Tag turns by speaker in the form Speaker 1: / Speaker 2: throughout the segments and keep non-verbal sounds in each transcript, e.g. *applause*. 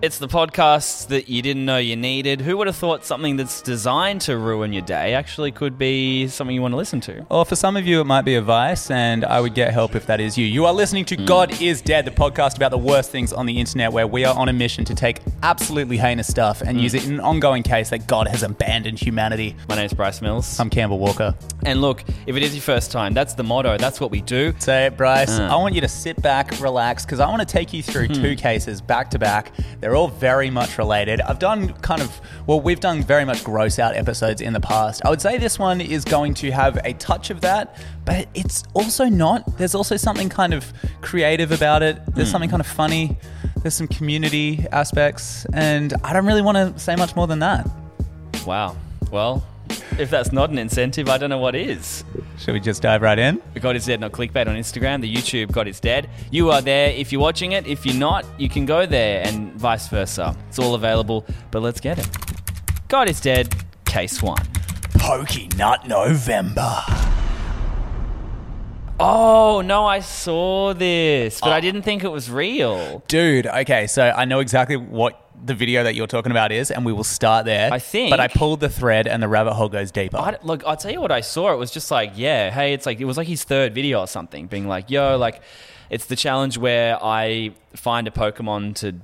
Speaker 1: It's the podcasts that you didn't know you needed. Who would have thought something that's designed to ruin your day actually could be something you want to listen to?
Speaker 2: Or for some of you, it might be a vice, and I would get help if that is you. You are listening to God is Dead, the podcast about the worst things on the internet, where we are on a mission to take absolutely heinous stuff and use it in an ongoing case that God has abandoned humanity.
Speaker 1: My name's Bryce Mills.
Speaker 2: I'm Campbell Walker.
Speaker 1: and look, if it is your first time, that's the motto. That's what we do.
Speaker 2: Say it, Bryce. I want you to sit back, relax, because I want to take you through two cases back to back. They're all very much related. I've done kind of, well, we've done very much gross out episodes in the past. I would say this one is going to have a touch of that, but it's also not. There's also something kind of creative about it, there's something kind of funny, there's some community aspects, and I don't really want to say much more than that.
Speaker 1: Wow. Well, if that's not an incentive, I don't know what is.
Speaker 2: Should we just dive right in?
Speaker 1: God is Dead, not clickbait on Instagram, the YouTube God is Dead. You are there if you're watching it. If you're not, you can go there and vice versa. It's all available, but let's get it. God is Dead, case one.
Speaker 2: Pokey Nut November.
Speaker 1: Oh, no, I saw this,
Speaker 2: Ah.
Speaker 1: but I didn't think it was real.
Speaker 2: Dude, okay, so I know exactly what the video that you're talking about is, and we will start there.
Speaker 1: I think-
Speaker 2: But I pulled the thread, and the rabbit hole goes deeper.
Speaker 1: I, don't- look, I'll tell you what I saw. It was just like, yeah, hey, it's like, it was like his third video or something, being like, yo, like, it's the challenge where I find a Pokemon to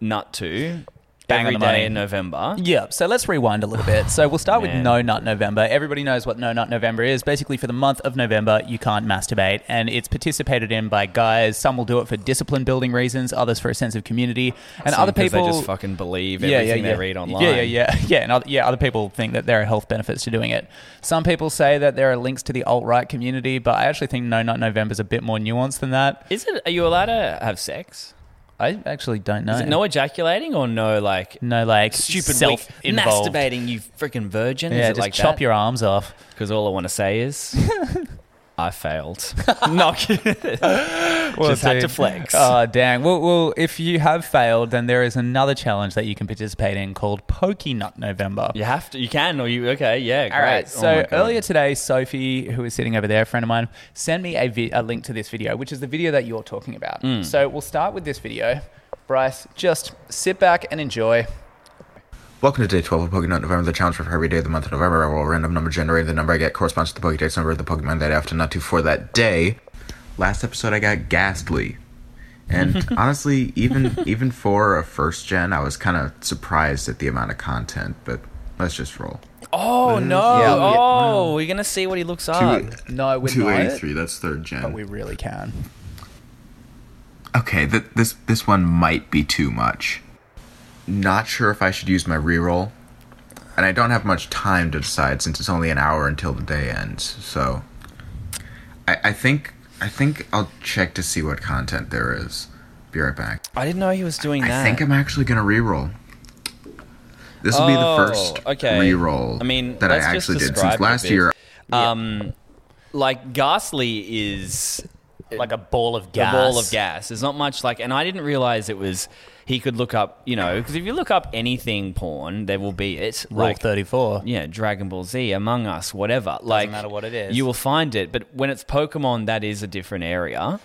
Speaker 1: nut to
Speaker 2: Bang on
Speaker 1: every
Speaker 2: the money.
Speaker 1: day in November.
Speaker 2: yeah, so let's rewind a little bit. So we'll start with
Speaker 1: Man.
Speaker 2: No Nut November. Everybody knows what No Nut November is. Basically, for the month of November, you can't masturbate, and it's participated in by guys. Some will do it for discipline building reasons, others for a sense of community, and other
Speaker 1: Because
Speaker 2: people
Speaker 1: they just fucking believe everything they read online.
Speaker 2: Yeah, yeah, yeah, *laughs* yeah. And other, yeah, other people think that there are health benefits to doing it. Some people say that there are links to the alt right community, but I actually think No Nut November is a bit more nuanced than that.
Speaker 1: Is it? Are you allowed to have sex?
Speaker 2: I actually don't know.
Speaker 1: Is it no ejaculating or no like
Speaker 2: no, like
Speaker 1: stupid
Speaker 2: self
Speaker 1: weak- masturbating? You freaking virgin.
Speaker 2: Yeah,
Speaker 1: is it
Speaker 2: just
Speaker 1: like
Speaker 2: chop your arms off.
Speaker 1: Because all I want to say *laughs* is. I *laughs* failed. Not *laughs* kidding. uh, Just had to flex.
Speaker 2: *laughs* Oh, dang. Well, well, if you have failed, then there is another challenge that you can participate in called Pokey Nut November.
Speaker 1: you have to. You can, or you okay? Yeah, great.
Speaker 2: All right.
Speaker 1: Oh
Speaker 2: So
Speaker 1: my God.
Speaker 2: earlier today, Sophie, who is sitting over there, a friend of mine, sent me a, vi- a link to this video, which is the video that you're talking about.
Speaker 1: Mm.
Speaker 2: So we'll start with this video. Bryce, just sit back and enjoy.
Speaker 3: Welcome to day 12 of Pokemon November, the challenge for every day of the month of November. I roll a random number generated. The number I get corresponds to the Pokedex number of the Pokemon that I have to nut to for that day. Last episode, I got Ghastly. And honestly, even even for a first gen, I was kind of surprised at the amount of content, but let's just roll.
Speaker 1: Oh no!
Speaker 2: Yeah.
Speaker 1: Oh, we're gonna see what he looks up.
Speaker 2: Uh, No, we're not.
Speaker 3: 283, that's third gen.
Speaker 2: But we really can.
Speaker 3: Okay, th- this this one might be too much. Not sure if I should use my reroll, and I don't have much time to decide since it's only an hour until the day ends. So, I, I think I think I'll check to see what content there is. Be right back.
Speaker 1: I didn't know he was doing that.
Speaker 3: I think I'm actually gonna reroll. This will be the
Speaker 1: Oh,
Speaker 3: first
Speaker 1: okay.
Speaker 3: reroll
Speaker 1: I mean,
Speaker 3: that I
Speaker 1: let's just
Speaker 3: actually did
Speaker 1: describe
Speaker 3: since
Speaker 1: it a
Speaker 3: last
Speaker 1: bit.
Speaker 3: year.
Speaker 1: um, like ghastly is
Speaker 2: Like a ball of
Speaker 1: a ball of gas. There's not much like, and I didn't realize it was. He could look up, you know, because if you look up anything porn, there will be it.
Speaker 2: Rule
Speaker 1: Like,
Speaker 2: 34.
Speaker 1: yeah, Dragon Ball Z, Among Us, whatever. like,
Speaker 2: matter what it is.
Speaker 1: you will find it. But when it's Pokemon, that is a different area.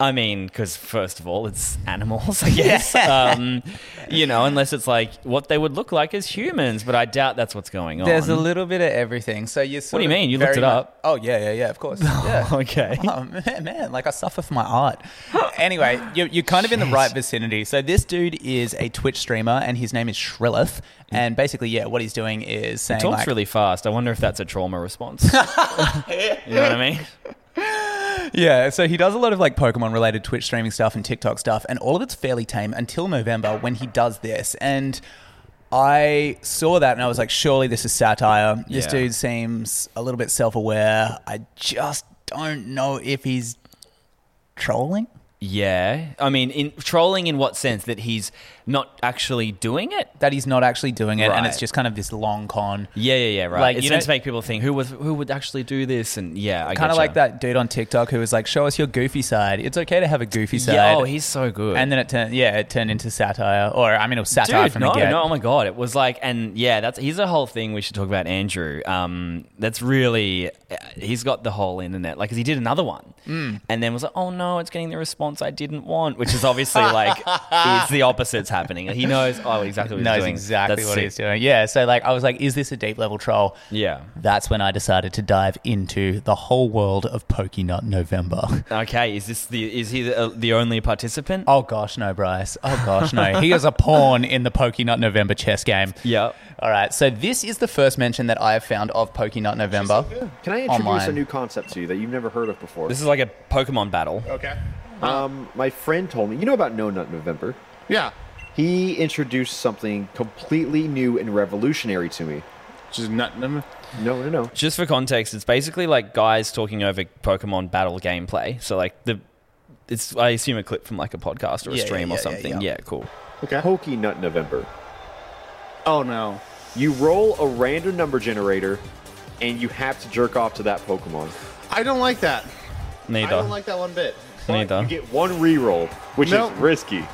Speaker 1: I mean, because first of all, it's
Speaker 2: *laughs*
Speaker 1: animals, I guess. um, you know, unless it's like what they would look like as humans, but I doubt that's what's going on. *laughs*
Speaker 2: There's a little bit of everything. So you
Speaker 1: What do you mean? You looked it up?
Speaker 2: Oh yeah, yeah, yeah.
Speaker 1: *laughs*
Speaker 2: Of course. Yeah. *laughs*
Speaker 1: okay.
Speaker 2: Oh man, man, like I suffer for my art. anyway, you're, you're kind of in the right vicinity. So this dude is a Twitch streamer, and his name is Shrilleth. And basically, yeah, what he's doing is saying
Speaker 1: Mm. Talks
Speaker 2: like,
Speaker 1: really fast. I wonder if that's a trauma
Speaker 2: *laughs*
Speaker 1: response. you know what I mean?
Speaker 2: yeah. So he does a lot of like Pokemon related Twitch streaming stuff and TikTok stuff, and all of it's fairly tame until November when he does this. And I saw that and I was like, surely this is satire. This
Speaker 1: Yeah.
Speaker 2: dude seems a little bit self aware. I just don't know if he's trolling.
Speaker 1: Yeah. I mean, in trolling in what sense? That he's not actually doing it?
Speaker 2: that he's not actually doing it, and it's
Speaker 1: Right.
Speaker 2: just kind of this long con.
Speaker 1: Yeah, yeah, yeah, right.
Speaker 2: Like,
Speaker 1: it's
Speaker 2: you
Speaker 1: meant
Speaker 2: know-
Speaker 1: to make people think who was who would actually do this and yeah, I
Speaker 2: Kind of
Speaker 1: getcha.
Speaker 2: like that dude on TikTok who was like, "Show us your goofy side. It's okay to have a goofy side."
Speaker 1: Yeah, oh, he's so good.
Speaker 2: and then it turned, yeah, it turned into satire, or I mean, it was satire
Speaker 1: Dude,
Speaker 2: from
Speaker 1: no,
Speaker 2: the get.
Speaker 1: no, oh my god, it was like, and yeah, that's he's a whole thing we should talk about Andrew. Um, that's really uh, he's got the whole internet, like, 'cause he did another one, *laughs* and then was like, oh no, it's getting the response I didn't want, which is obviously like it's the opposites happening. He knows. Oh, exactly. What
Speaker 2: knows
Speaker 1: he's doing.
Speaker 2: exactly
Speaker 1: That's
Speaker 2: what
Speaker 1: sick.
Speaker 2: he's doing. Yeah. So like, I was like, is this a deep level troll?
Speaker 1: Yeah.
Speaker 2: That's when I decided to dive into the whole world of
Speaker 1: *laughs*
Speaker 2: Pokenut November.
Speaker 1: Okay. Is this the? Is he the, uh, the only participant?
Speaker 2: Oh gosh, no, Bryce. Oh gosh, no. He is a pawn in the Pokenut November chess game.
Speaker 1: Yeah.
Speaker 2: All right. So this is the first mention that I have found of Pokenut November.
Speaker 4: Can I introduce
Speaker 2: Online.
Speaker 4: a new concept to you that you've never heard of before?
Speaker 1: This is like a Pokemon battle.
Speaker 5: Okay.
Speaker 4: um, my friend told me. You know about No Nut November?
Speaker 5: Yeah.
Speaker 4: He introduced something completely new and revolutionary to me.
Speaker 5: Just nut them.
Speaker 4: No, no, no.
Speaker 1: Just for context, it's basically like guys talking over Pokemon battle gameplay. So like the, it's I assume a clip from like a podcast or a
Speaker 2: Yeah, yeah,
Speaker 1: stream
Speaker 2: yeah,
Speaker 1: or
Speaker 2: yeah,
Speaker 1: something.
Speaker 2: yeah.
Speaker 1: yeah. Cool.
Speaker 5: Okay.
Speaker 4: Poke Nut November.
Speaker 5: Oh no.
Speaker 4: You roll a random number generator, and you have to jerk off to that Pokemon.
Speaker 5: I don't like that. I
Speaker 1: Neither.
Speaker 5: don't like that one bit.
Speaker 1: Neither. *laughs*
Speaker 4: You get one reroll, which
Speaker 5: Nope.
Speaker 4: is risky.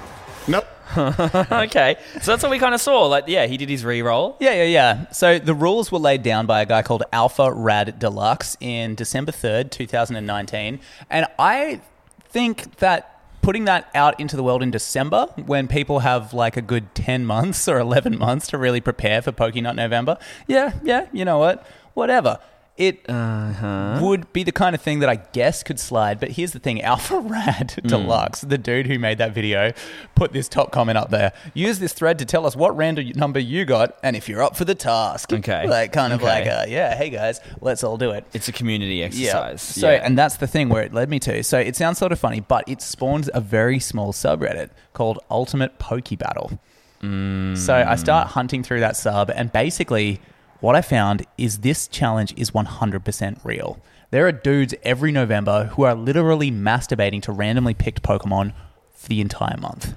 Speaker 5: Nope.
Speaker 1: okay. So that's what we kind of saw. Like, yeah, he did his re-roll.
Speaker 2: Yeah, yeah, yeah. So the rules were laid down by a guy called Alpha Rad Deluxe in December 3rd, 2019. And I think that putting that out into the world in December, when people have like a good 10 months or 11 months to really prepare for Pokenut November, yeah, yeah, you know what? Whatever. It
Speaker 1: Uh-huh.
Speaker 2: would be the kind of thing that I guess could slide. But here's the thing *laughs* Alpha Rad
Speaker 1: Hmm.
Speaker 2: Deluxe, the dude who made that video, put this top comment up there. Use this thread to tell us what random number you got and if you're up for the task.
Speaker 1: Okay.
Speaker 2: Like, kind of
Speaker 1: Okay.
Speaker 2: like, uh, yeah, hey guys, let's all do it.
Speaker 1: It's a community exercise.
Speaker 2: So, and that's the thing where it led me to. So, it sounds sort of funny, but it spawns a very small subreddit called Ultimate Poke Battle. So, I start hunting through that sub, and basically, what I found is this challenge is 100% real. There are dudes every November who are literally masturbating to randomly picked Pokemon for the entire month.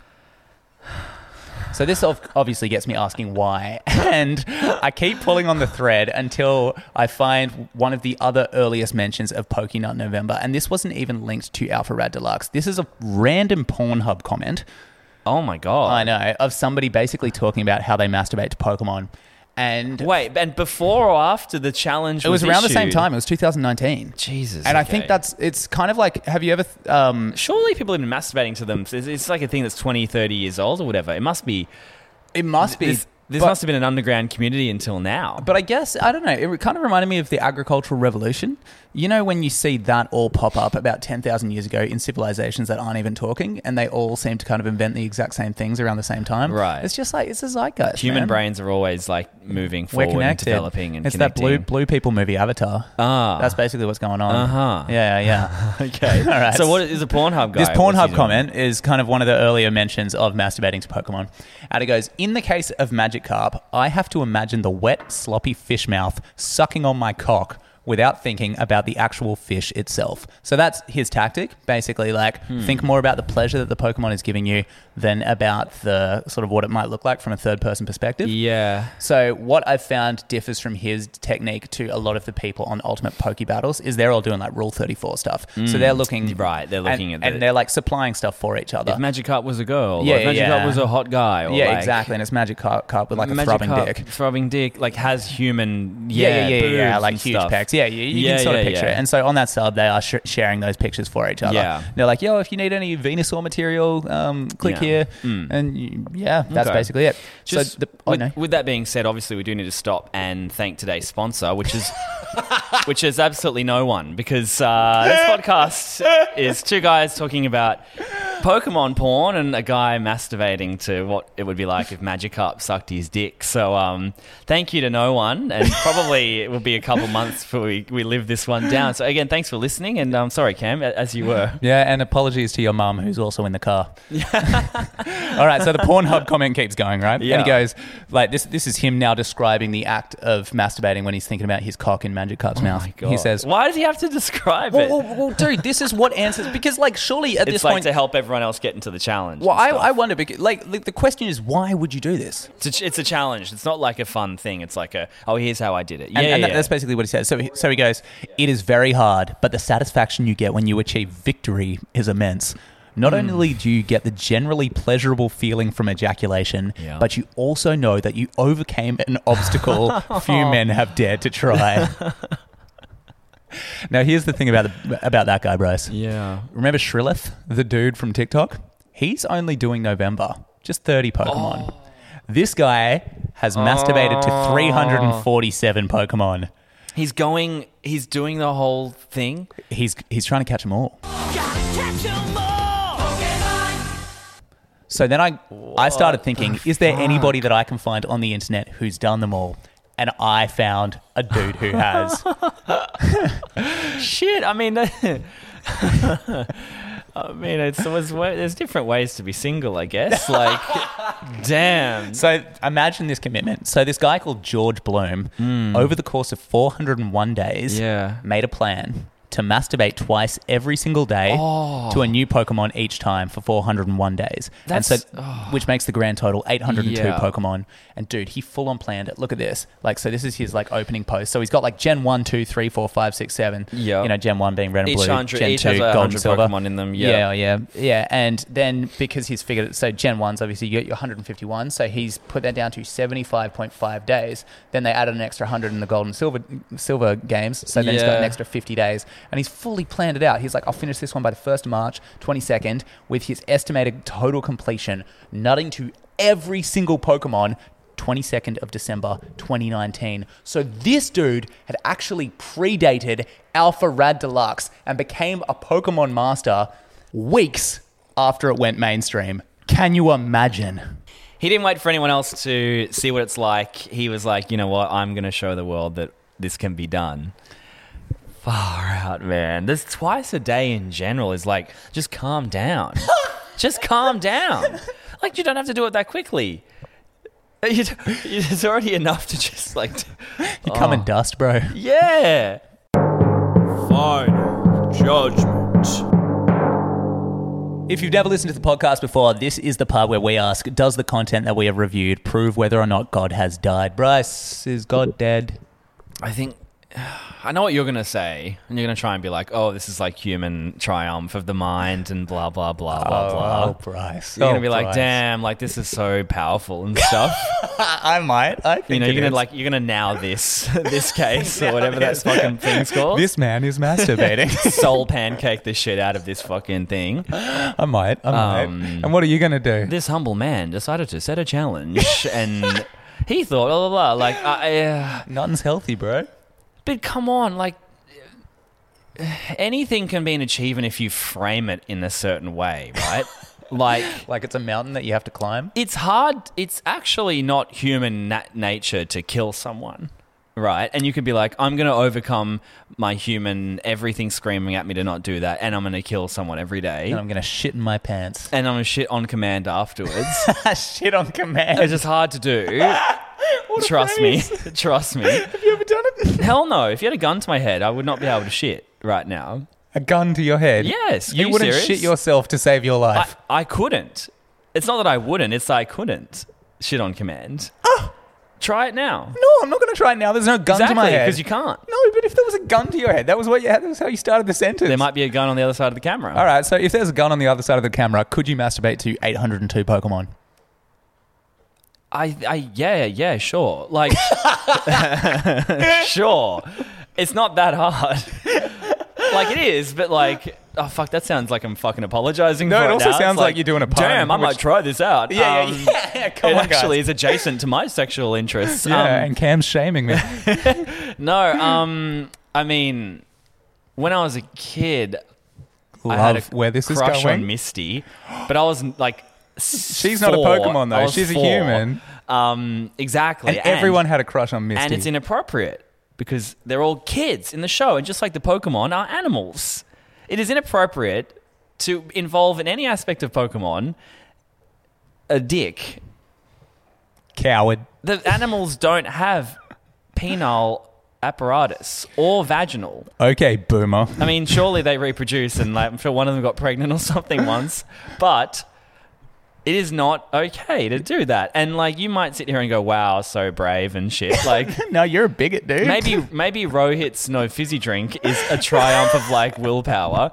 Speaker 2: So this ob- obviously gets me asking why, *laughs* and I keep pulling on the thread until I find one of the other earliest mentions of Pokenut November, and this wasn't even linked to Alpha Rad Deluxe. This is a random Pornhub comment.
Speaker 1: oh my god.
Speaker 2: I know of somebody basically talking about how they masturbate to Pokemon, and
Speaker 1: Wait, and before or after the challenge?
Speaker 2: it was, around the same
Speaker 1: issued?
Speaker 2: time. It was 2019.
Speaker 1: Jesus.
Speaker 2: And I
Speaker 1: okay.
Speaker 2: think that's it's kind of like have you ever th- um
Speaker 1: surely people have been masturbating to them. It's, it's like a thing that's 20, 30 years old or whatever. It must be.
Speaker 2: it must be
Speaker 1: This, this
Speaker 2: but-
Speaker 1: must have been an underground community until now.
Speaker 2: But I guess I don't know. It kind of reminded me of the agricultural revolution. You know, when you see that all pop up about ten thousand years ago in civilizations that aren't even talking, and they all seem to kind of invent the exact same things around the same time.
Speaker 1: Right.
Speaker 2: It's just like it's a zeitgeist.
Speaker 1: Human
Speaker 2: man.
Speaker 1: brains are always like moving
Speaker 2: We're
Speaker 1: forward, and
Speaker 2: connected.
Speaker 1: developing, and
Speaker 2: it's
Speaker 1: connecting.
Speaker 2: that blue blue people movie Avatar.
Speaker 1: Ah.
Speaker 2: That's basically what's going on.
Speaker 1: Uh-huh.
Speaker 2: Yeah, yeah.
Speaker 1: *laughs* okay.
Speaker 2: *laughs* All right.
Speaker 1: So what is a Pornhub guy?
Speaker 2: This
Speaker 1: What's he
Speaker 2: Pornhub
Speaker 1: doing?
Speaker 2: comment is kind of one of the earlier mentions of masturbating to Pokemon. And it goes, In the case of Magikarp, I have to imagine the wet, sloppy fish mouth sucking on my cock without thinking about the actual fish itself. So that's his tactic, basically like
Speaker 1: Hmm.
Speaker 2: think more about the pleasure that the Pokemon is giving you than about the sort of what it might look like from a third person perspective.
Speaker 1: Yeah.
Speaker 2: So what I've found differs from his technique to a lot of the people on Ultimate Poke Battles is they're all doing like Rule Thirty Four stuff. so they're looking
Speaker 1: Hmm. right, they're
Speaker 2: and-
Speaker 1: looking at
Speaker 2: and
Speaker 1: the-
Speaker 2: they're like supplying stuff for each other.
Speaker 1: If Magikarp was a girl,
Speaker 2: Yeah,
Speaker 1: or if Magikarp
Speaker 2: yeah.
Speaker 1: was a hot guy, or
Speaker 2: yeah,
Speaker 1: like,
Speaker 2: exactly. And it's Magic Carp, with like a
Speaker 1: Magikarp,
Speaker 2: throbbing dick.
Speaker 1: throbbing dick, like has human,
Speaker 2: Yeah, yeah,
Speaker 1: yeah,
Speaker 2: yeah, yeah, yeah,
Speaker 1: boobs
Speaker 2: like
Speaker 1: and
Speaker 2: huge
Speaker 1: stuff.
Speaker 2: pecs. Yeah, you, you
Speaker 1: Yeah,
Speaker 2: can sort of
Speaker 1: yeah,
Speaker 2: picture
Speaker 1: yeah.
Speaker 2: it. And so on that sub, they are sh- sharing those pictures for each other.
Speaker 1: Yeah.
Speaker 2: they're like, "Yo, if you need any Venusaur material, um, click
Speaker 1: Yeah. Mm.
Speaker 2: here." And you, yeah, that's
Speaker 1: Okay.
Speaker 2: basically it.
Speaker 1: Just
Speaker 2: so the, oh,
Speaker 1: with,
Speaker 2: no.
Speaker 1: with that being said, obviously we do need to stop and thank today's sponsor, which
Speaker 2: *laughs*
Speaker 1: is which is absolutely no one because uh, this
Speaker 2: *laughs*
Speaker 1: podcast is two guys talking about Pokemon porn and a guy masturbating to what it would be like if Magikarp sucked his dick. So um, thank you to no one,
Speaker 2: *laughs*
Speaker 1: and probably it will be a couple months before we, we live this one down. So again, thanks for listening, and um, sorry Cam, a- as you were.
Speaker 2: Yeah, and apologies to your mum who's also in
Speaker 1: *laughs*
Speaker 2: the car. All right, so the Pornhub comment keeps going, right? And
Speaker 1: Yeah.
Speaker 2: he goes, like, this this is him now describing the act of masturbating when he's thinking about his cock in Magic
Speaker 1: Oh
Speaker 2: Cup's mouth. He says,
Speaker 1: "Why does he have to describe
Speaker 2: well,
Speaker 1: it?"
Speaker 2: well, well, dude, this is what answers, because, like, surely at
Speaker 1: it's
Speaker 2: this
Speaker 1: like
Speaker 2: point.
Speaker 1: to help everyone else get into the challenge.
Speaker 2: well,
Speaker 1: and
Speaker 2: I,
Speaker 1: stuff.
Speaker 2: I wonder, because, like, like, the question is, why would you do this?
Speaker 1: It's a, ch- it's a challenge. It's not like a fun thing. It's like a oh, here's how I did it. Yeah,
Speaker 2: And,
Speaker 1: yeah,
Speaker 2: and that-
Speaker 1: yeah.
Speaker 2: that's basically what he says. So, he- so he goes, It is very hard, but the satisfaction you get when you achieve victory is immense.
Speaker 1: Hmm.
Speaker 2: Not only do you get the generally pleasurable feeling from ejaculation,
Speaker 1: Yeah.
Speaker 2: but you also know that you overcame an obstacle
Speaker 1: *laughs*
Speaker 2: few men have dared to try. now, here's the thing about, the, about that guy, Bryce.
Speaker 1: yeah.
Speaker 2: Remember Shrilith, the dude from TikTok? He's only doing November. Just 30 Pokemon. This guy has masturbated to 347 Pokemon.
Speaker 1: He's going. He's doing the whole thing.
Speaker 2: He's he's trying to catch them all. So then I I started thinking, is there anybody that I can find on the internet who's done them all? And I found a dude who has.
Speaker 1: Shit. I mean, *laughs* I mean, it's, it's wa- there's different ways to be single, I guess. Like, *laughs* damn.
Speaker 2: so imagine this commitment. So this guy called George Bloom, over the course of 401 days,
Speaker 1: Hmm. Yeah.
Speaker 2: made a plan to masturbate twice every single day
Speaker 1: Oh.
Speaker 2: to a new Pokemon each time for 401 days. and
Speaker 1: That's- oh.
Speaker 2: so, which makes the grand total 802
Speaker 1: Yeah.
Speaker 2: Pokemon. And dude, he full on planned it. Look at this. Like, so this is his like opening post. So he's got like Gen 1, 2, 3, 4, 5, 6, 7.
Speaker 1: Yeah.
Speaker 2: You know, Gen 1 being red and
Speaker 1: Each
Speaker 2: blue.
Speaker 1: 100
Speaker 2: Gen
Speaker 1: each
Speaker 2: 2,
Speaker 1: has a
Speaker 2: gold and
Speaker 1: 100
Speaker 2: silver.
Speaker 1: Pokemon in them, yeah.
Speaker 2: Yeah, yeah, yeah. And then because he's figured it, so Gen 1's obviously you got your 151. So he's put that down to 75.5 days. Then they added an extra 100 in the gold and silver, silver games. So then he's got an
Speaker 1: Yeah.
Speaker 2: extra 50 days. And he's fully planned it out. He's like, I'll finish this one by the 1st of March, 22nd, with his estimated total completion, nutting to every single Pokemon. 22nd of December 2019. So this dude had actually predated Alpha Rad Deluxe and became a Pokemon master weeks after it went mainstream. Can you imagine?
Speaker 1: He didn't wait for anyone else to see what it's like. He was like, you know what? I'm going to show the world that this can be done. Far out, man. This twice a day in general is like, just calm down. just calm down. Like, you don't have to do it that quickly. *laughs* You d- It's already enough to just like, d-
Speaker 2: You come and dust, bro.
Speaker 1: yeah.
Speaker 2: If you've never listened to the podcast before, this is the part where we ask Does the content that we have reviewed prove whether or not God has died? Bryce, is God dead?
Speaker 1: I think *sighs* I know what you're gonna say, and you're gonna try and be like, "Oh, this is like human triumph of the mind," and blah blah blah blah blah.
Speaker 2: Oh, Bryce.
Speaker 1: You're gonna be like,
Speaker 2: Bryce.
Speaker 1: damn, like this is so powerful and stuff.
Speaker 2: *laughs* I might. I think
Speaker 1: you know,
Speaker 2: it
Speaker 1: you're gonna
Speaker 2: is.
Speaker 1: like, you're gonna now this *laughs* this case or whatever that fucking thing's called.
Speaker 2: *laughs* This man
Speaker 1: *laughs*
Speaker 2: is masturbating.
Speaker 1: soul pancake the shit out of this fucking thing.
Speaker 2: I might. I might.
Speaker 1: Um,
Speaker 2: and what are you going to do?
Speaker 1: This humble man decided to set a challenge, and he thought, blah blah blah. Like, I, uh,
Speaker 2: Nothing's healthy, bro.
Speaker 1: but come on, like. Anything can be an achievement if you frame it in a certain way, right? like,
Speaker 2: Like it's a mountain that you have to climb.
Speaker 1: it's hard. It's actually not human nat- nature to kill someone, right? And you could be like, I'm going to overcome my human everything screaming at me to not do that, and I'm going to kill someone every day,
Speaker 2: And I'm going to shit in my pants.
Speaker 1: *laughs*
Speaker 2: *laughs*
Speaker 1: and I'm going to shit on command afterwards.
Speaker 2: shit on command.
Speaker 1: it's just hard to
Speaker 2: *laughs*
Speaker 1: do. Trust me. *laughs* Trust me. Have you ever done it? Hell no. If you had a gun to my head, I would not be able to shit right now.
Speaker 2: a gun to your head.
Speaker 1: Yes. Are
Speaker 2: You
Speaker 1: you
Speaker 2: wouldn't
Speaker 1: serious?
Speaker 2: shit yourself to save your
Speaker 1: I,
Speaker 2: life.
Speaker 1: I couldn't. It's not that I wouldn't, it's that I couldn't shit on command. Try it now.
Speaker 2: no, I'm not going to try it now. There's no Oh. gun to my
Speaker 1: Exactly,
Speaker 2: head.
Speaker 1: because you can't.
Speaker 2: No, but if there was a gun to your head, that was what you had. That was how you started the sentence.
Speaker 1: There might be a gun on the other side of the camera.
Speaker 2: All right. So if there's a gun on the other side of the camera, could you masturbate to 802
Speaker 1: Um,
Speaker 2: Pokemon?
Speaker 1: I, I, yeah, yeah, sure. Like, *laughs* sure. It's not that hard. Like it is, but like, oh fuck, that sounds like I'm fucking apologizing.
Speaker 2: No,
Speaker 1: for
Speaker 2: it
Speaker 1: it
Speaker 2: also
Speaker 1: now. It's
Speaker 2: sounds like you're doing a pun,
Speaker 1: Damn, I
Speaker 2: which-
Speaker 1: might try this out.
Speaker 2: Yeah,
Speaker 1: Um,
Speaker 2: yeah, *laughs* yeah. Come
Speaker 1: it
Speaker 2: on, guys.
Speaker 1: actually is adjacent to my sexual interests.
Speaker 2: *laughs* Yeah,
Speaker 1: Um,
Speaker 2: and Cam's shaming
Speaker 1: *laughs*
Speaker 2: me.
Speaker 1: No, um, I mean, when I was a kid,
Speaker 2: Love
Speaker 1: I had a
Speaker 2: where this
Speaker 1: crush
Speaker 2: is going.
Speaker 1: on Misty, but I was
Speaker 2: *gasps*
Speaker 1: like, she's
Speaker 2: not a Pokemon, though. She's a human.
Speaker 1: Um, exactly,
Speaker 2: and everyone had a crush on Misty.
Speaker 1: and it's inappropriate because they're all kids in the show, and just like the Pokemon are animals, it is inappropriate to involve in any aspect of Pokemon a dick.
Speaker 2: coward. *laughs*
Speaker 1: The animals don't have penile apparatus or vaginal.
Speaker 2: Okay, boomer.
Speaker 1: I mean, surely they reproduce, and like, I'm sure one of them got pregnant or something once, but it is not okay to do that. And like, you might sit here and go, "Wow, so brave and shit." Like,
Speaker 2: *laughs* No, you're a bigot, dude.
Speaker 1: maybe maybe Rohit's no fizzy drink is a triumph of like willpower.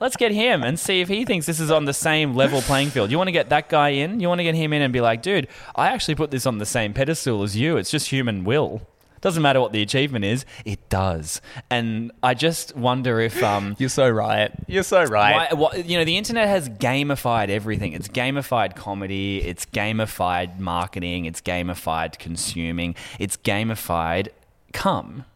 Speaker 1: Let's get him and see if he thinks this is on the same level playing field. You want to get that guy in? You want to get him in and be like, dude, I actually put this on the same pedestal as you. It's just human will. Doesn't matter what the achievement is, it does. And I just wonder if um,
Speaker 2: You're so right. You're so right.
Speaker 1: why, what, you know, the internet has gamified everything. It's gamified comedy. It's gamified marketing. It's gamified consuming. It's gamified cum.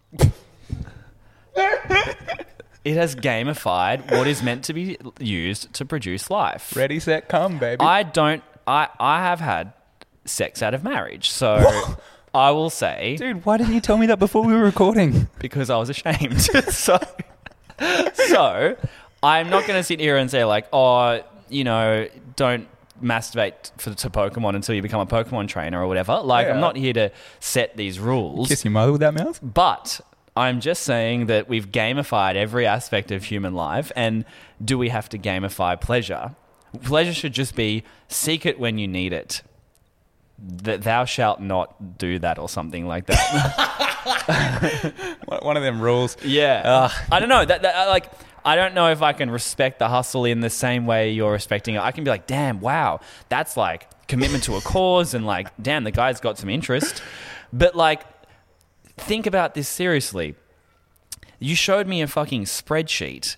Speaker 1: it has gamified what is meant to be used to produce life.
Speaker 2: Ready, set, come, baby.
Speaker 1: I don't. I I have had sex out of marriage, so. I will say
Speaker 2: Dude, why didn't you tell me that before we were
Speaker 1: *laughs*
Speaker 2: recording?
Speaker 1: because I was ashamed. *laughs* so, so I'm not going to sit here and say like, oh, you know, don't masturbate for, to Pokemon until you become a Pokemon trainer or whatever. Like,
Speaker 2: Yeah.
Speaker 1: I'm not here to set these rules.
Speaker 2: Kiss your mother with that mouth?
Speaker 1: But I'm just saying that we've gamified every aspect of human life, and do we have to gamify pleasure? Pleasure should just be seek it when you need it. That thou shalt not do that, or something like that.
Speaker 2: One of them rules.
Speaker 1: Yeah.
Speaker 2: Ugh.
Speaker 1: I don't know. That, that I, like I don't know if I can respect the hustle in the same way you're respecting it. I can be like, damn, wow, that's like commitment to a cause, and like, damn, the guy's got some interest. But like, think about this seriously. You showed me a fucking spreadsheet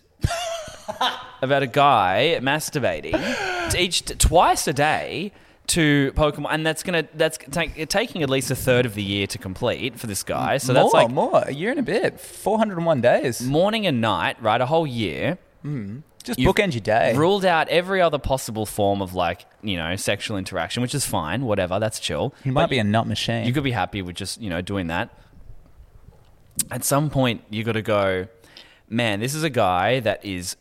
Speaker 1: *laughs* about a guy masturbating t- each twice a day to Pokemon, and that's gonna that's take, taking at least a third of the year to complete for this guy. So
Speaker 2: more,
Speaker 1: that's like
Speaker 2: more. A year and a bit. 401 days.
Speaker 1: morning and night, right? A whole year.
Speaker 2: Just
Speaker 1: You've
Speaker 2: bookend your day.
Speaker 1: Ruled out every other possible form of like, you know, sexual interaction, which is fine, whatever, that's chill.
Speaker 2: you might be a nut machine.
Speaker 1: You could be happy with just, you know, doing that. At some point you gotta go, man, this is a guy that is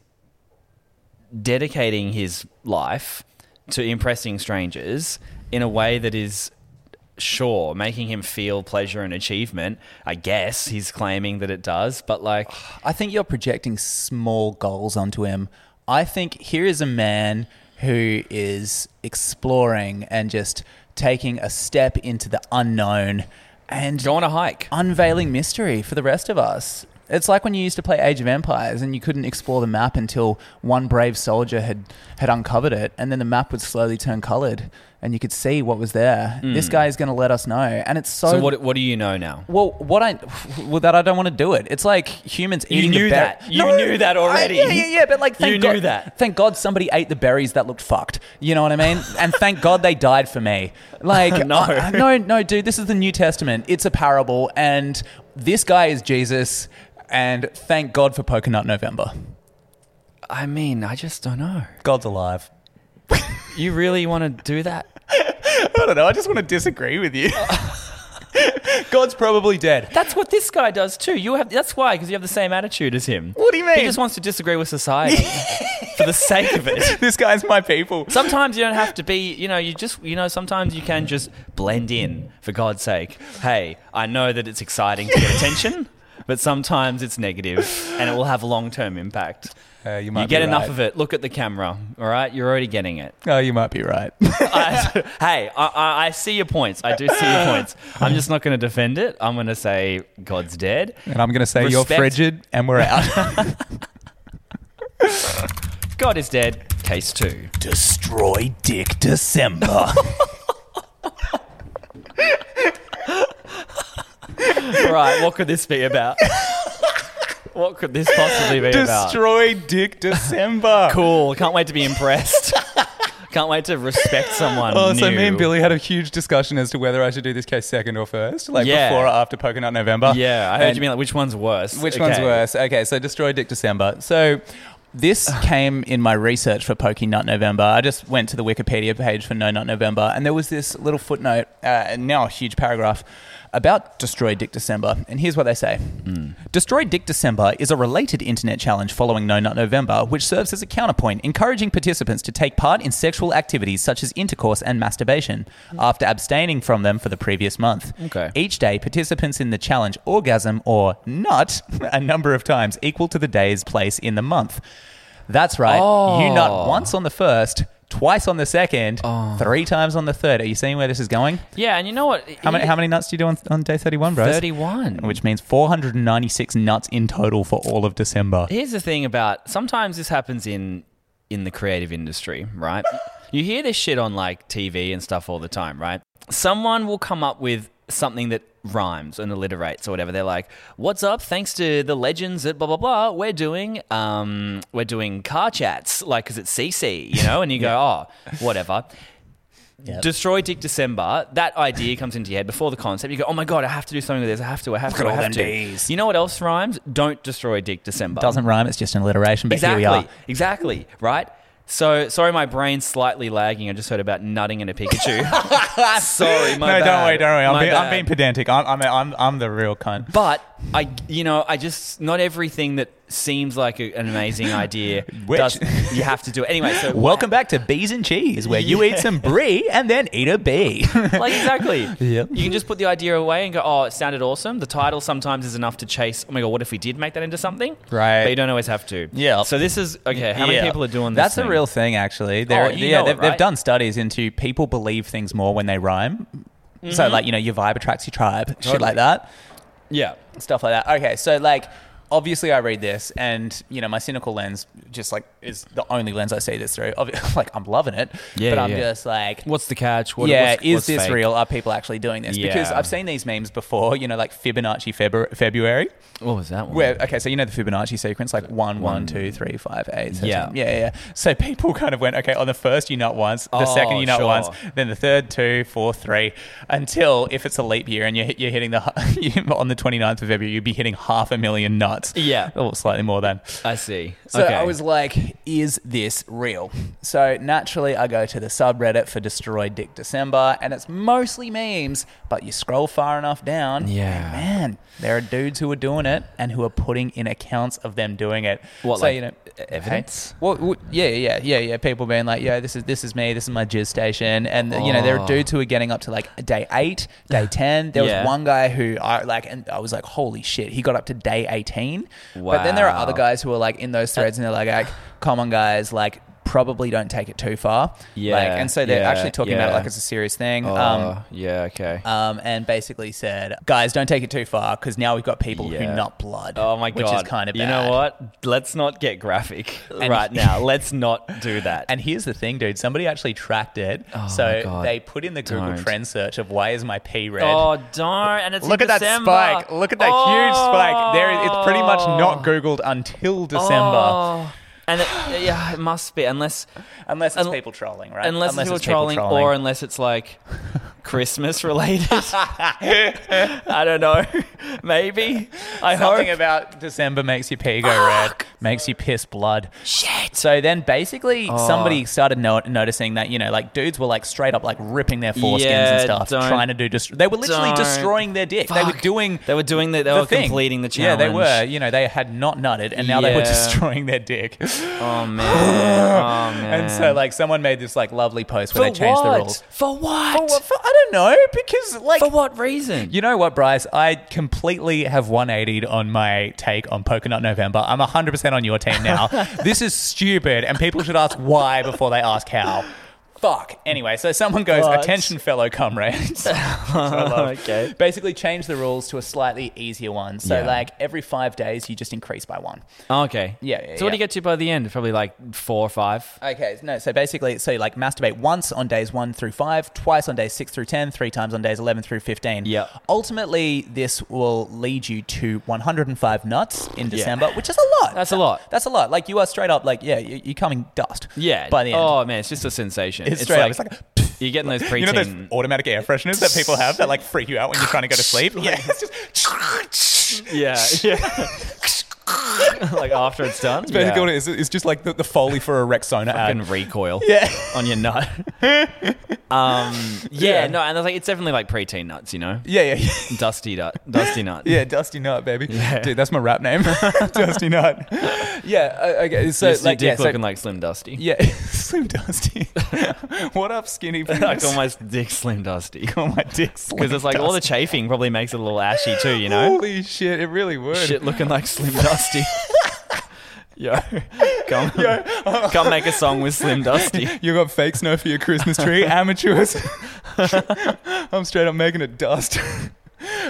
Speaker 1: dedicating his life to impressing strangers in a way that is sure making him feel pleasure and achievement i guess he's claiming that it does but like
Speaker 2: I think you're projecting small goals onto him. I think here is a man who is exploring and just taking a step into the unknown and
Speaker 1: go on a hike
Speaker 2: unveiling mystery for the rest of us. It's like when you used to play Age of Empires and you couldn't explore the map until one brave soldier had, had uncovered it, and then the map would slowly turn coloured and you could see what was there. This guy is going to let us know, and it's so.
Speaker 1: Hmm. So what what do you know now?
Speaker 2: well, what I well that I don't want to do it. It's like humans
Speaker 1: You
Speaker 2: eating the
Speaker 1: knew
Speaker 2: ber-
Speaker 1: that. You knew that
Speaker 2: I-
Speaker 1: already.
Speaker 2: yeah, yeah, yeah. But like, thank
Speaker 1: You
Speaker 2: God,
Speaker 1: knew that.
Speaker 2: Thank God somebody ate the berries that looked fucked. You know what I mean? and thank God they died for me. Like,
Speaker 1: No.
Speaker 2: I- I- *laughs* no, no, dude. This is the New Testament. It's a parable, and this guy is Jesus. And thank God for Coconut November.
Speaker 1: I mean, I just don't know.
Speaker 2: God's alive.
Speaker 1: You really want to do that?
Speaker 2: I don't know. I just want to disagree with you. *laughs* God's probably dead.
Speaker 1: That's what this guy does too. You have that's why because you have the same attitude as him.
Speaker 2: What do you mean?
Speaker 1: He just wants to disagree with society *laughs* for the sake of it.
Speaker 2: this guy's my people.
Speaker 1: Sometimes you don't have to be, you know, you just, you know, sometimes you can just blend in for God's sake. Hey, I know that it's exciting *laughs* to get attention, but sometimes it's negative and it will have a long-term impact.
Speaker 2: Uh, you might
Speaker 1: You get enough of it. Look at the camera. All right, you're already getting it.
Speaker 2: Oh, you might be right.
Speaker 1: I, hey, I- I, I see your points. I do see
Speaker 2: *laughs*
Speaker 1: your points. I'm just not going to defend it. I'm going to say God's dead.
Speaker 2: And I'm going to say you're
Speaker 1: Respect.
Speaker 2: frigid and
Speaker 1: *laughs*
Speaker 2: we're out.
Speaker 1: God is dead. Case two.
Speaker 2: Destroy Dick December.
Speaker 1: All right, what could this be
Speaker 2: *laughs*
Speaker 1: about? What could this possibly be about?
Speaker 2: *laughs* Destroy Dick December.
Speaker 1: *laughs* Cool. Can't wait to be impressed.
Speaker 2: *laughs*
Speaker 1: Can't wait to respect someone.
Speaker 2: Oh, so
Speaker 1: new.
Speaker 2: me and Billy had a huge discussion as to whether I should do this case second or first, like
Speaker 1: Yeah.
Speaker 2: before or after Coconut November.
Speaker 1: Yeah, I heard
Speaker 2: And
Speaker 1: you mean like which one's worse.
Speaker 2: Which one's
Speaker 1: Okay.
Speaker 2: worse? Okay, so Destroy Dick December. So
Speaker 1: *sighs*
Speaker 2: this came in my research for Pokey Nut November. I just went to the Wikipedia page for No Nut November, and there was this little footnote, uh, and now a huge paragraph, about Destroy Dick December. And here's what they say
Speaker 1: Hmm.
Speaker 2: Destroy Dick December is a related internet challenge following No Nut November, which serves as a counterpoint, encouraging participants to take part in sexual activities such as intercourse and masturbation after abstaining from them for the previous month.
Speaker 1: Hmm. Okay.
Speaker 2: Each day, participants in the challenge orgasm or nut *laughs* a number of times equal to the day's place in the month. That's right. You nut
Speaker 1: Oh.
Speaker 2: once on the first, twice on the second, three times on the third. Are you seeing where this is going?
Speaker 1: Yeah, and you know what?
Speaker 2: How many, how many nuts do you do on, on day 31, bros?
Speaker 1: 31.
Speaker 2: Which means 496 nuts in total for all of December.
Speaker 1: Here's the thing about sometimes this happens in in the creative industry, right? you hear this shit on like TV and stuff all the time, right? Someone will come up with something that rhymes and alliterates or whatever. They're like, "What's up? Thanks to the legends at blah blah blah, we're doing um, we're doing car chats, like because it's CC, you know." And
Speaker 2: *laughs*
Speaker 1: you go, "Oh, whatever."
Speaker 2: Yep.
Speaker 1: Destroy Dick December. That idea comes into your head before the concept. You go, "Oh my god, I have to do something with this. I have to. I have
Speaker 2: at
Speaker 1: to. I
Speaker 2: all
Speaker 1: have
Speaker 2: them
Speaker 1: to."
Speaker 2: Ds.
Speaker 1: You know what else rhymes? Don't destroy Dick December.
Speaker 2: Doesn't rhyme. It's just an alliteration. But
Speaker 1: Exactly.
Speaker 2: here we are.
Speaker 1: Exactly. Right. So sorry, my brain's slightly lagging. I just heard about nutting in a
Speaker 2: *laughs*
Speaker 1: Pikachu. sorry, my
Speaker 2: no,
Speaker 1: bad.
Speaker 2: don't worry, don't worry. I'm,
Speaker 1: My
Speaker 2: being, I'm
Speaker 1: bad.
Speaker 2: being pedantic. I'm, I'm, I'm, I'm the real cunt.
Speaker 1: But I, you know, I just not everything that seems like a, an
Speaker 2: *laughs*
Speaker 1: amazing idea
Speaker 2: Which-
Speaker 1: does. You have to do it anyway.
Speaker 2: *laughs*
Speaker 1: So
Speaker 2: Welcome back to Bees and Cheese, where you eat some brie and then eat
Speaker 1: *laughs*
Speaker 2: a bee.
Speaker 1: Like exactly.
Speaker 2: *laughs* Yep.
Speaker 1: You can just put the idea away and go, oh, it sounded awesome. The title sometimes is enough to chase. Oh my god, what if we did make that into something?
Speaker 2: Right.
Speaker 1: But you don't always have to.
Speaker 2: Yeah.
Speaker 1: So this is okay. How many
Speaker 2: Yeah.
Speaker 1: people are doing this?
Speaker 2: That's
Speaker 1: thing?
Speaker 2: a real thing, actually. They're,
Speaker 1: Oh, you
Speaker 2: yeah,
Speaker 1: know it,
Speaker 2: they've, they've
Speaker 1: right?
Speaker 2: done studies into people believe things more when they rhyme.
Speaker 1: Mm-hmm.
Speaker 2: So, like, you know, your vibe attracts your tribe, shit like that,
Speaker 1: Yeah.
Speaker 2: stuff like that. Okay, so, like, obviously I read this and, you know, my cynical lens just, like, is the only lens I see this through. Obvi- *laughs* like, I'm loving it,
Speaker 1: Yeah,
Speaker 2: but I'm
Speaker 1: yeah.
Speaker 2: just like,
Speaker 1: What's the catch? What,
Speaker 2: yeah,
Speaker 1: what's-
Speaker 2: is
Speaker 1: what's
Speaker 2: this
Speaker 1: fake?
Speaker 2: real? Are people actually doing this? Because
Speaker 1: Yeah.
Speaker 2: I've seen these memes before, you know, like Fibonacci Febru- February.
Speaker 1: What was that one?
Speaker 2: Where okay, so you know the Fibonacci sequence, like one, one, two, three, five, eight. so-
Speaker 1: Yeah.
Speaker 2: yeah, yeah, yeah. So people kind of went okay on the first you nut once, the
Speaker 1: Oh,
Speaker 2: second you nut
Speaker 1: sure.
Speaker 2: once, then the third two, four, three, until if it's a leap year and you're, hit- you're hitting the h- on the *laughs* 29th of February, you'd be hitting half a million nuts.
Speaker 1: Yeah.
Speaker 2: or slightly more than.
Speaker 1: I see.
Speaker 2: So
Speaker 1: okay.
Speaker 2: I was like, is this real? So naturally, I go to the subreddit for Destroy Dick December, and it's mostly memes, but you scroll far enough down.
Speaker 1: Yeah.
Speaker 2: and man, there are dudes who are doing it and who are putting in accounts of them doing it.
Speaker 1: What,
Speaker 2: so,
Speaker 1: like,
Speaker 2: you know,
Speaker 1: e- evidence?
Speaker 2: Hey, well, w- yeah, yeah, yeah, yeah. People being like, yeah, this is this is me, this is my jizz station. And, you know, there are dudes who are getting up to like day eight,
Speaker 1: *sighs*
Speaker 2: day 10. There
Speaker 1: Yeah.
Speaker 2: was one guy who I like, and I was like, holy shit, he got up to day 18. But then there are other
Speaker 1: Wow.
Speaker 2: guys guys who are like in those threads and they're like, like come on guys like probably don't take it too far
Speaker 1: Yeah,
Speaker 2: like, and so they're
Speaker 1: yeah,
Speaker 2: actually talking about it
Speaker 1: yeah.
Speaker 2: like it's a serious thing um,
Speaker 1: Oh, yeah. Okay.
Speaker 2: um, and basically said guys don't take it too far because now we've got people
Speaker 1: Yeah.
Speaker 2: who nut blood
Speaker 1: Oh my god!
Speaker 2: which is kind of
Speaker 1: You know what? Let's not get graphic
Speaker 2: And-
Speaker 1: right now. Let's not do *laughs* that.
Speaker 2: and here's the thing dude somebody actually tracked it
Speaker 1: Oh my
Speaker 2: so
Speaker 1: God.
Speaker 2: they put in the google
Speaker 1: Don't.
Speaker 2: trend search of why is my pee red
Speaker 1: oh darn! And it's
Speaker 2: Look
Speaker 1: in
Speaker 2: at that
Speaker 1: December. Oh.
Speaker 2: spike! Look at that huge spike! There, it's pretty much not googled until December, Uh,
Speaker 1: Oh. And it, yeah, it must be unless
Speaker 2: unless it's
Speaker 1: Un-
Speaker 2: people trolling, right?
Speaker 1: unless, it's people trolling, or unless it's
Speaker 2: *laughs*
Speaker 1: like Christmas related. I don't know. Maybe I
Speaker 2: Something
Speaker 1: hope.
Speaker 2: about December makes your pee go red, makes you piss blood.
Speaker 1: Shit.
Speaker 2: So then basically
Speaker 1: Oh.
Speaker 2: somebody started no- noticing that, you know, like dudes were like straight up like ripping their foreskins
Speaker 1: Yeah,
Speaker 2: and stuff,
Speaker 1: don't-
Speaker 2: trying to do, dest- they were literally
Speaker 1: don't.
Speaker 2: destroying their dick. They were
Speaker 1: Fuck.
Speaker 2: doing
Speaker 1: They were doing the. They
Speaker 2: the
Speaker 1: were
Speaker 2: thing.
Speaker 1: completing the
Speaker 2: Yeah,
Speaker 1: challenge.
Speaker 2: they were. You know, they had not nutted and now they were
Speaker 1: Yeah.
Speaker 2: destroying their dick.
Speaker 1: Oh *gasps* man. Oh man.
Speaker 2: And so like someone made this like lovely post where they changed the rules.
Speaker 1: For what?
Speaker 2: For, for, I don't know, because like
Speaker 1: For what reason?
Speaker 2: *laughs* You know what, Bryce? I completely have 180'd on my take on Pokenut November. I'm 100% on your team now. this is stupid, and people should ask why before they ask how. Fuck. Anyway, so someone goes,
Speaker 1: But-
Speaker 2: attention, fellow comrades.
Speaker 1: okay.
Speaker 2: Basically, change the rules to a slightly easier one. So,
Speaker 1: Yeah.
Speaker 2: like, every five days, you just increase by one.
Speaker 1: Okay.
Speaker 2: Yeah, yeah,
Speaker 1: so what do you
Speaker 2: yeah.
Speaker 1: get to by the end? Probably like four or five.
Speaker 2: Okay, no, so basically, so like masturbate once on days one through five, twice on days six through 10, three times on days 11 through 15.
Speaker 1: Yep.
Speaker 2: Ultimately, this will lead you to 105 nuts in December, which is a lot.
Speaker 1: That's a lot.
Speaker 2: That's a lot. Like, you are straight up, like, yeah, you- you're coming dust.
Speaker 1: Yeah.
Speaker 2: By the end.
Speaker 1: Oh man, it's just a sensation.
Speaker 2: It's straight up, it's like
Speaker 1: you're
Speaker 2: *laughs*
Speaker 1: getting those preteen.
Speaker 2: You know those automatic air fresheners that people have that like freak you out when you're trying to go to sleep?
Speaker 1: *laughs*
Speaker 2: Yeah, it's just *laughs*
Speaker 1: yeah. *laughs* Yeah. *laughs* like after it's done. It's
Speaker 2: basically
Speaker 1: yeah.
Speaker 2: what it is. It's just like the, the foley for a Rexona ad.
Speaker 1: and recoil
Speaker 2: *laughs* Yeah.
Speaker 1: on your
Speaker 2: *laughs*
Speaker 1: nut. um, yeah,
Speaker 2: Yeah.
Speaker 1: no, and I was like, it's definitely like preteen nuts, you know,
Speaker 2: Yeah, yeah, yeah.
Speaker 1: dusty nut, dusty nut.
Speaker 2: Yeah, Dusty Nut, baby. Dude, that's my
Speaker 1: *laughs*
Speaker 2: rap name, Dusty Nut. Yeah, uh, okay. So
Speaker 1: Just your
Speaker 2: like,
Speaker 1: dick
Speaker 2: yeah, so-
Speaker 1: looking like Slim Dusty.
Speaker 2: yeah, *laughs*
Speaker 1: *laughs*
Speaker 2: Slim Dusty. what up, skinny?
Speaker 1: I call
Speaker 2: penis?
Speaker 1: my dick Slim Dusty.
Speaker 2: *laughs* call my
Speaker 1: *laughs*
Speaker 2: dick Slim
Speaker 1: Because it's like all the
Speaker 2: Dusty.
Speaker 1: chafing probably makes it a little ashy too, you know?
Speaker 2: Holy shit! It really would.
Speaker 1: Shit looking like
Speaker 2: *laughs*
Speaker 1: Slim Dusty. Yo, come, *laughs* come make a song with
Speaker 2: *laughs*
Speaker 1: Slim Dusty.
Speaker 2: You got fake snow for
Speaker 1: *laughs*
Speaker 2: your *laughs* Christmas tree, amateurs. I'm straight up making it dust. *laughs*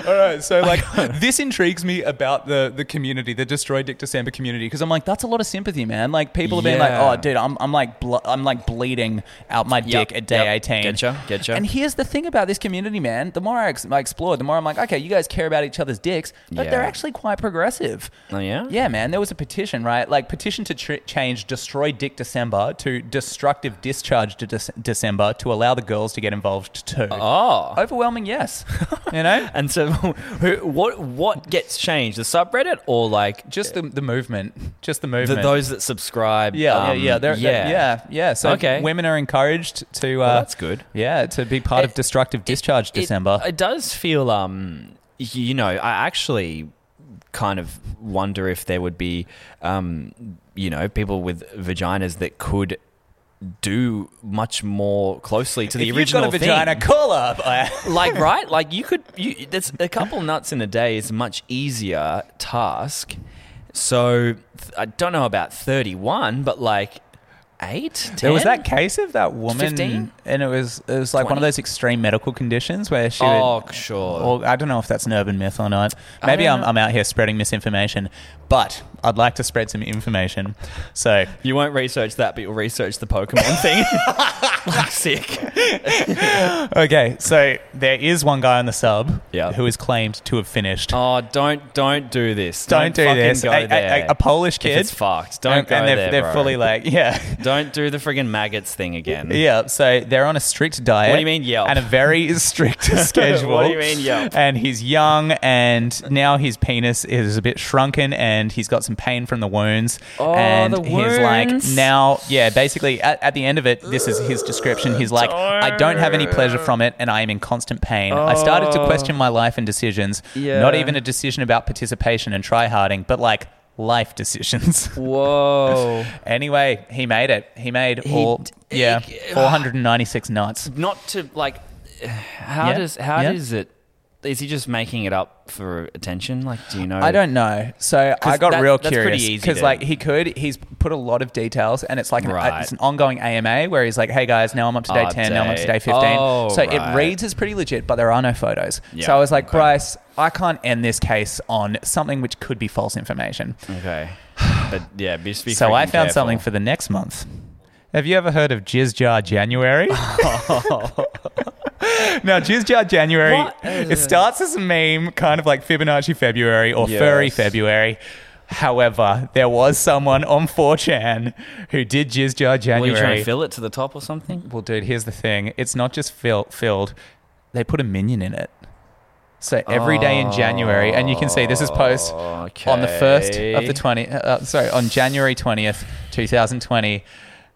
Speaker 2: All right, so like this intrigues me about the the community, the Destroy Dick December community, because I'm like, that's a lot of sympathy, man. Like people are being
Speaker 1: Yeah.
Speaker 2: like, oh, dude, I'm, I'm like blo- I'm like bleeding out my
Speaker 1: Yep,
Speaker 2: dick at day
Speaker 1: yep.
Speaker 2: 18.
Speaker 1: Getcha, getcha.
Speaker 2: And here's the thing about this community, man. The more I, ex- I explore, the more I'm like, okay, you guys care about each other's dicks, but
Speaker 1: Yeah.
Speaker 2: they're actually quite progressive.
Speaker 1: Oh, yeah?
Speaker 2: Yeah, man. There was a petition, right? Like petition to tr- change Destroy Dick December to Destructive Discharge to Dec- December to allow the girls to get involved too.
Speaker 1: Oh. *laughs*
Speaker 2: Overwhelming yes. You know?
Speaker 1: And so, *laughs* who, what what gets changed? The subreddit or like
Speaker 2: just the, the movement. Just the
Speaker 1: the,
Speaker 2: movement.
Speaker 1: those that subscribe?
Speaker 2: yeah,
Speaker 1: um,
Speaker 2: yeah, yeah, they're, yeah, yeah, yeah. So
Speaker 1: Okay.
Speaker 2: women are encouraged to. Uh,
Speaker 1: that's good.
Speaker 2: Yeah, to be part
Speaker 1: It-
Speaker 2: of Destructive Discharge
Speaker 1: It- uh,
Speaker 2: December.
Speaker 1: It, does feel, um, y- you know, I actually kind of wonder if there would be, um, you know, people with vaginas that could do much more closely to the
Speaker 2: if
Speaker 1: original
Speaker 2: you've got a
Speaker 1: thing.
Speaker 2: vagina, call up.
Speaker 1: *laughs* like right like you could you that's a couple nuts in a day is a much easier task so th- i don't know about 31 but like 8
Speaker 2: *laughs* There was
Speaker 1: 10?
Speaker 2: that case of that woman,
Speaker 1: 15?
Speaker 2: and it was it was like one of
Speaker 1: 20?
Speaker 2: those extreme medical conditions where she.
Speaker 1: Oh,
Speaker 2: would,
Speaker 1: sure.
Speaker 2: Or I don't know if that's an urban myth or not. Maybe
Speaker 1: don't
Speaker 2: I'm,
Speaker 1: know.
Speaker 2: I'm out here spreading misinformation, but I'd like to spread some information.
Speaker 1: *laughs*
Speaker 2: So
Speaker 1: you won't research that but you'll research the pokemon thing *laughs*
Speaker 2: *laughs*
Speaker 1: like sick
Speaker 2: okay, so there is one guy on the sub
Speaker 1: Yeah.
Speaker 2: who is claimed to have finished.
Speaker 1: oh don't don't do this
Speaker 2: don't, do
Speaker 1: fucking
Speaker 2: this.
Speaker 1: go
Speaker 2: a, a-
Speaker 1: there.
Speaker 2: a, a Polish
Speaker 1: If
Speaker 2: kid.
Speaker 1: it's fucked don't
Speaker 2: and,
Speaker 1: go
Speaker 2: and they're,
Speaker 1: there
Speaker 2: they're
Speaker 1: bro.
Speaker 2: fully like, yeah.
Speaker 1: don't do the friggin' maggots thing again
Speaker 2: Yeah, so they're on a strict diet.
Speaker 1: What do you mean Yelp?
Speaker 2: And
Speaker 1: *laughs*
Speaker 2: a very strict schedule.
Speaker 1: What do you mean Yelp?
Speaker 2: And he's young, and now his penis is a bit shrunken, and he's got some pain from the wounds.
Speaker 1: Oh,
Speaker 2: and
Speaker 1: the
Speaker 2: he's like,
Speaker 1: wounds.
Speaker 2: now, yeah, basically, at, at the end of it, this is his description. He's like, I don't have any pleasure from it, and I am in constant pain. I started to question my life and decisions.
Speaker 1: Yeah.
Speaker 2: Not even a decision about participation and tryharding, but like life decisions. *laughs*
Speaker 1: whoa
Speaker 2: Anyway, he made it. He made all
Speaker 1: d-
Speaker 2: yeah, *sighs*
Speaker 1: he-
Speaker 2: 496 nuts.
Speaker 1: *laughs* not to like *sighs* how
Speaker 2: Yeah,
Speaker 1: does how
Speaker 2: yeah.
Speaker 1: does it is he just making it up for attention like do you know
Speaker 2: I don't know. So I got
Speaker 1: that-
Speaker 2: real
Speaker 1: that's pretty
Speaker 2: curious
Speaker 1: easy
Speaker 2: because
Speaker 1: to-
Speaker 2: like he could, he's put a lot of details, and it's like an,
Speaker 1: Right.
Speaker 2: it's an ongoing AMA where he's like, "Hey guys, now I'm up to day
Speaker 1: Oh,
Speaker 2: ten, now I'm up to
Speaker 1: day-
Speaker 2: day 15.
Speaker 1: oh,
Speaker 2: so
Speaker 1: right.
Speaker 2: it reads as pretty legit, but there are no photos.
Speaker 1: Yeah,
Speaker 2: so I was like,
Speaker 1: okay.
Speaker 2: Bryce, I can't end this case on something which could be false information. *sighs*
Speaker 1: okay but yeah just be
Speaker 2: so
Speaker 1: freaking
Speaker 2: I found
Speaker 1: careful.
Speaker 2: something for the next month. Have you ever heard of Jizz Jar *laughs* January? now, Jizz Jar January,
Speaker 1: What?
Speaker 2: it starts as a meme, kind of like Fibonacci February or
Speaker 1: Yes.
Speaker 2: Furry February. However, there was someone on 4chan who did Jizz Jar
Speaker 1: were you trying
Speaker 2: January.
Speaker 1: to fill it to the top or something
Speaker 2: well, dude, here's the thing it's not just fill- filled, they put a minion in it. So every day in January, and you can see this is post on the first of
Speaker 1: Okay.
Speaker 2: the twenty. Uh, sorry, on January twentieth, two thousand twenty.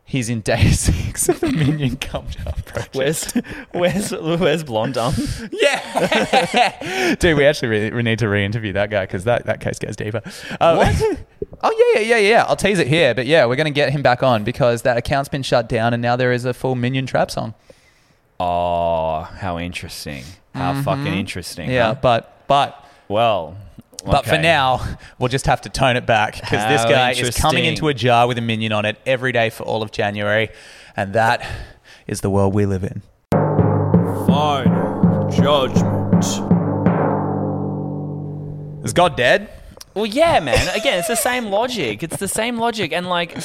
Speaker 2: He's in day *laughs* six of the Minion Come Down
Speaker 1: *laughs* *laughs*
Speaker 2: Project.
Speaker 1: where's where's where's blondum
Speaker 2: Yeah, *laughs* dude, we actually really, we need to re-interview that guy because that, that case goes deeper. Um,
Speaker 1: What?
Speaker 2: *laughs* oh yeah, yeah, yeah, yeah. I'll tease it here, but yeah, we're gonna get him back on because that account's been shut down, and now there is a full Minion trap song.
Speaker 1: oh how interesting how fucking interesting
Speaker 2: Yeah,
Speaker 1: huh?
Speaker 2: but but
Speaker 1: well
Speaker 2: But for
Speaker 1: okay.
Speaker 2: now, we'll just have to tone it back because this
Speaker 1: How
Speaker 2: guy is
Speaker 1: interesting.
Speaker 2: coming into a jar with a minion on it every day for all of January. And that is the world we live in.
Speaker 6: Final judgment.
Speaker 2: Is God dead?
Speaker 1: Well, yeah, man. Again, it's the same logic. It's the same logic, and like,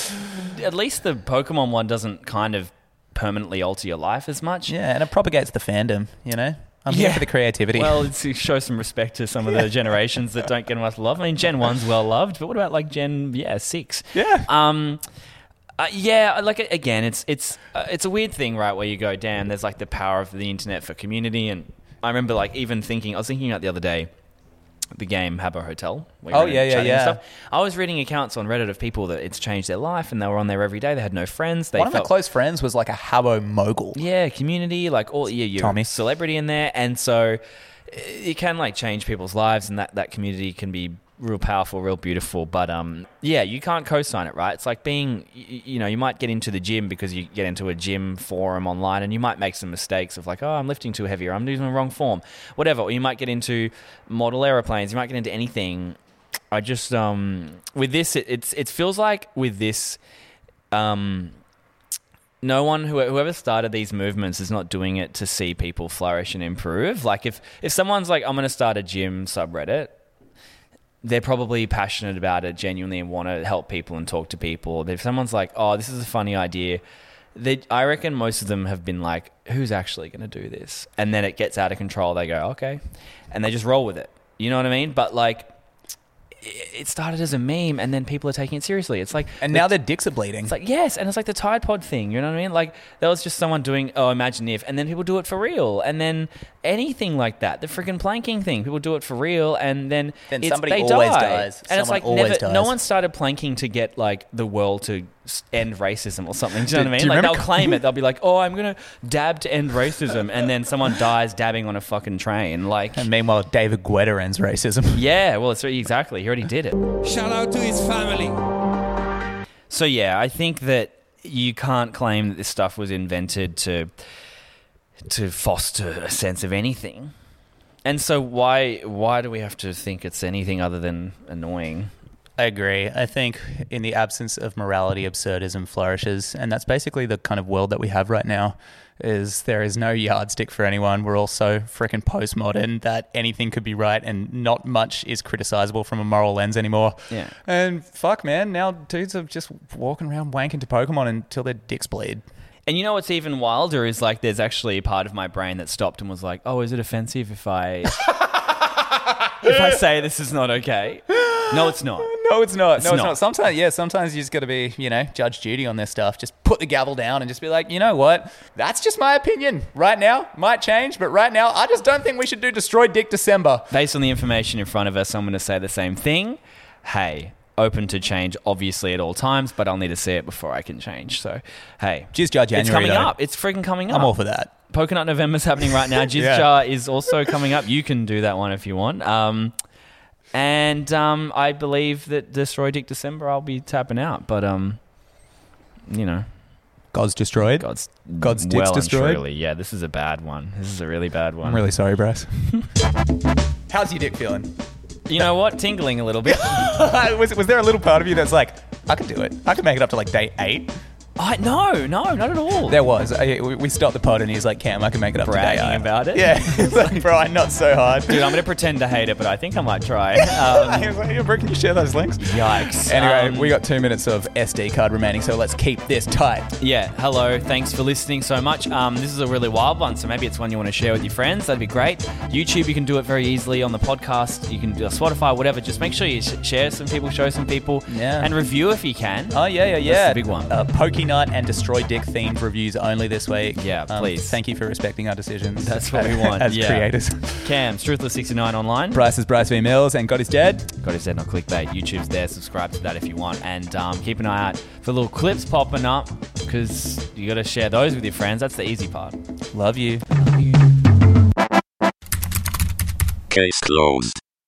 Speaker 1: at least the Pokemon one doesn't kind of permanently alter your life as much.
Speaker 2: Yeah, and it propagates the fandom, you know? I'm here
Speaker 1: Yeah.
Speaker 2: for the creativity.
Speaker 1: Well, it's to show some respect to some of the generations that don't get enough love. I mean, Gen One's well loved, but what about like Gen yeah six?
Speaker 2: Yeah.
Speaker 1: Um. Uh, yeah, like a- again, it's it's uh, it's a weird thing, right? Where you go, damn, there's like the power of the internet for community, and I remember like even thinking, I was thinking about the other day, the game Habbo Hotel. where
Speaker 2: Oh,
Speaker 1: you're
Speaker 2: yeah, yeah,
Speaker 1: chatting and
Speaker 2: yeah.
Speaker 1: I was reading accounts on Reddit of people that it's changed their life, and they were on there every day. They had no friends. They
Speaker 2: One of my
Speaker 1: felt
Speaker 2: close friends was like a Habbo mogul.
Speaker 1: yeah, community, like all yeah, you're
Speaker 2: Tommy.
Speaker 1: a celebrity in there, and so uh, it can like change people's lives, and that that community can be real powerful, real beautiful. But um, yeah, you can't co-sign it, right? It's like being, y- y- you know, you might get into the gym because you get into a gym forum online, and you might make some mistakes of like, oh, I'm lifting too heavy, or I'm using the wrong form, whatever. Or you might get into model aeroplanes, you might get into anything. I just um with this, it, it's it feels like with this um no one who whoever started these movements is not doing it to see people flourish and improve. Like if if someone's like, I'm gonna start a gym subreddit, they're probably passionate about it genuinely and want to help people and talk to people. If someone's like, oh, this is a funny idea, they, I reckon most of them have been like, who's actually going to do this? And then it gets out of control. They go, okay. And they just roll with it. You know what I mean? But like, it it started as a meme and then people are taking it seriously. It's like,
Speaker 2: And now their dicks are bleeding.
Speaker 1: it's like, yes. And it's like the Tide Pod thing. You know what I mean? Like, there was just someone doing, oh, imagine if. And then people do it for real. And then anything like that, the freaking planking thing, people do it for real. And then,
Speaker 2: Then
Speaker 1: it's-
Speaker 2: somebody
Speaker 1: they
Speaker 2: always
Speaker 1: die.
Speaker 2: dies.
Speaker 1: And it's
Speaker 2: Someone
Speaker 1: like,
Speaker 2: always
Speaker 1: never, no
Speaker 2: dies.
Speaker 1: one started planking to get like the world to s- end racism or something. Do you know
Speaker 2: Do-
Speaker 1: what I mean?
Speaker 2: do you
Speaker 1: Like, they'll
Speaker 2: remember-
Speaker 1: claim it. They'll be like, oh, I'm going to dab to end racism. And then someone dies dabbing on a fucking train. Like,
Speaker 2: and meanwhile, David Guetta ends racism.
Speaker 1: yeah, well, it's exactly. He already did it.
Speaker 6: Shout out to his family.
Speaker 1: So yeah, I think that you can't claim that this stuff was invented to to foster a sense of anything. And so why why do we have to think it's anything other than annoying?
Speaker 2: I agree. I think in the absence of morality, absurdism flourishes, and that's basically the kind of world that we have right now. Is there is no yardstick for anyone. We're all so freaking postmodern that anything could be right, and not much is criticizable from a moral lens anymore.
Speaker 1: Yeah.
Speaker 2: And fuck, man, now dudes are just walking around wanking to Pokemon until their dicks bleed.
Speaker 1: And you know what's even wilder is like there's actually a part of my brain that stopped and was like, "Oh, is it offensive if I *laughs* if I say this is not okay?" No, it's not.
Speaker 2: No, it's not. no, it's
Speaker 1: not.
Speaker 2: not. Sometimes, yeah, sometimes you just got to be, you know, Judge Judy on this stuff. Just put the gavel down and just be like, you know what? That's just my opinion. Right now, might change, but right now, I just don't think we should do Destroy Dick December.
Speaker 1: based on the information in front of us, I'm going to say the same thing. Hey, open to change, obviously, at all times, but I'll need to see it before I can change. So, hey,
Speaker 2: Jizz Jar
Speaker 1: it's
Speaker 2: January,
Speaker 1: coming
Speaker 2: though.
Speaker 1: up. It's freaking coming up.
Speaker 2: I'm all for that.
Speaker 1: Poconut November's happening right
Speaker 2: *laughs*
Speaker 1: now. Jizz
Speaker 2: Yeah.
Speaker 1: Jar is also coming up. You can do that one if you want. Um, and um, I believe that Destroy Dick December, I'll be tapping out. But um, you know,
Speaker 2: God's destroyed.
Speaker 1: God's
Speaker 2: God's dick's
Speaker 1: well and
Speaker 2: destroyed?
Speaker 1: truly. Yeah, this is a bad one. This is a really bad one.
Speaker 2: I'm really
Speaker 1: *laughs*
Speaker 2: sorry, Bryce. How's your dick feeling? *laughs*
Speaker 1: you know what? Tingling a little bit.
Speaker 2: was, was there a little part of you that's like, I can do it. I can make it up to like day eight.
Speaker 1: I no, no, not at all.
Speaker 2: There was. I, we we stopped the pod and he's like, Cam, I can make it up
Speaker 1: Bragging
Speaker 2: to day eight.
Speaker 1: about it?
Speaker 2: Yeah. *laughs* He's like, bro, I'm not so hard.
Speaker 1: *laughs* Dude, I'm gonna pretend to hate it, but I think I might
Speaker 2: *laughs*
Speaker 1: try. Um,
Speaker 2: He was like, "Yeah, bro, can you share those links?
Speaker 1: yikes.
Speaker 2: Anyway,
Speaker 1: Um,
Speaker 2: we got two minutes of SD card remaining, so let's keep this tight.
Speaker 1: yeah. Hello. Thanks for listening so much. Um, this is a really wild one, so maybe it's one you want to share with your friends. That'd be great. YouTube, you can do it very easily on the podcast. You can do it on Spotify, whatever. Just make sure you sh- share some people, show some people,
Speaker 2: Yeah.
Speaker 1: and review if you can.
Speaker 2: Oh yeah, yeah, yeah.
Speaker 1: the big one.
Speaker 2: Uh, Pokey Night and Destroy Dick themed reviews only this week. Um,
Speaker 1: Yeah, please.
Speaker 2: Thank you for respecting our decisions.
Speaker 1: That's what
Speaker 2: *laughs*
Speaker 1: we want,
Speaker 2: as
Speaker 1: yeah.
Speaker 2: creators.
Speaker 1: Cam, Truthless69 online.
Speaker 2: Bryce is Bryce V Mills, and God is dead.
Speaker 1: Got his head on clickbait. YouTube's there. Subscribe to that if you want, and um, keep an eye out for little clips popping up because you got to share those with your friends. That's the easy part.
Speaker 2: Love you.
Speaker 7: Case closed.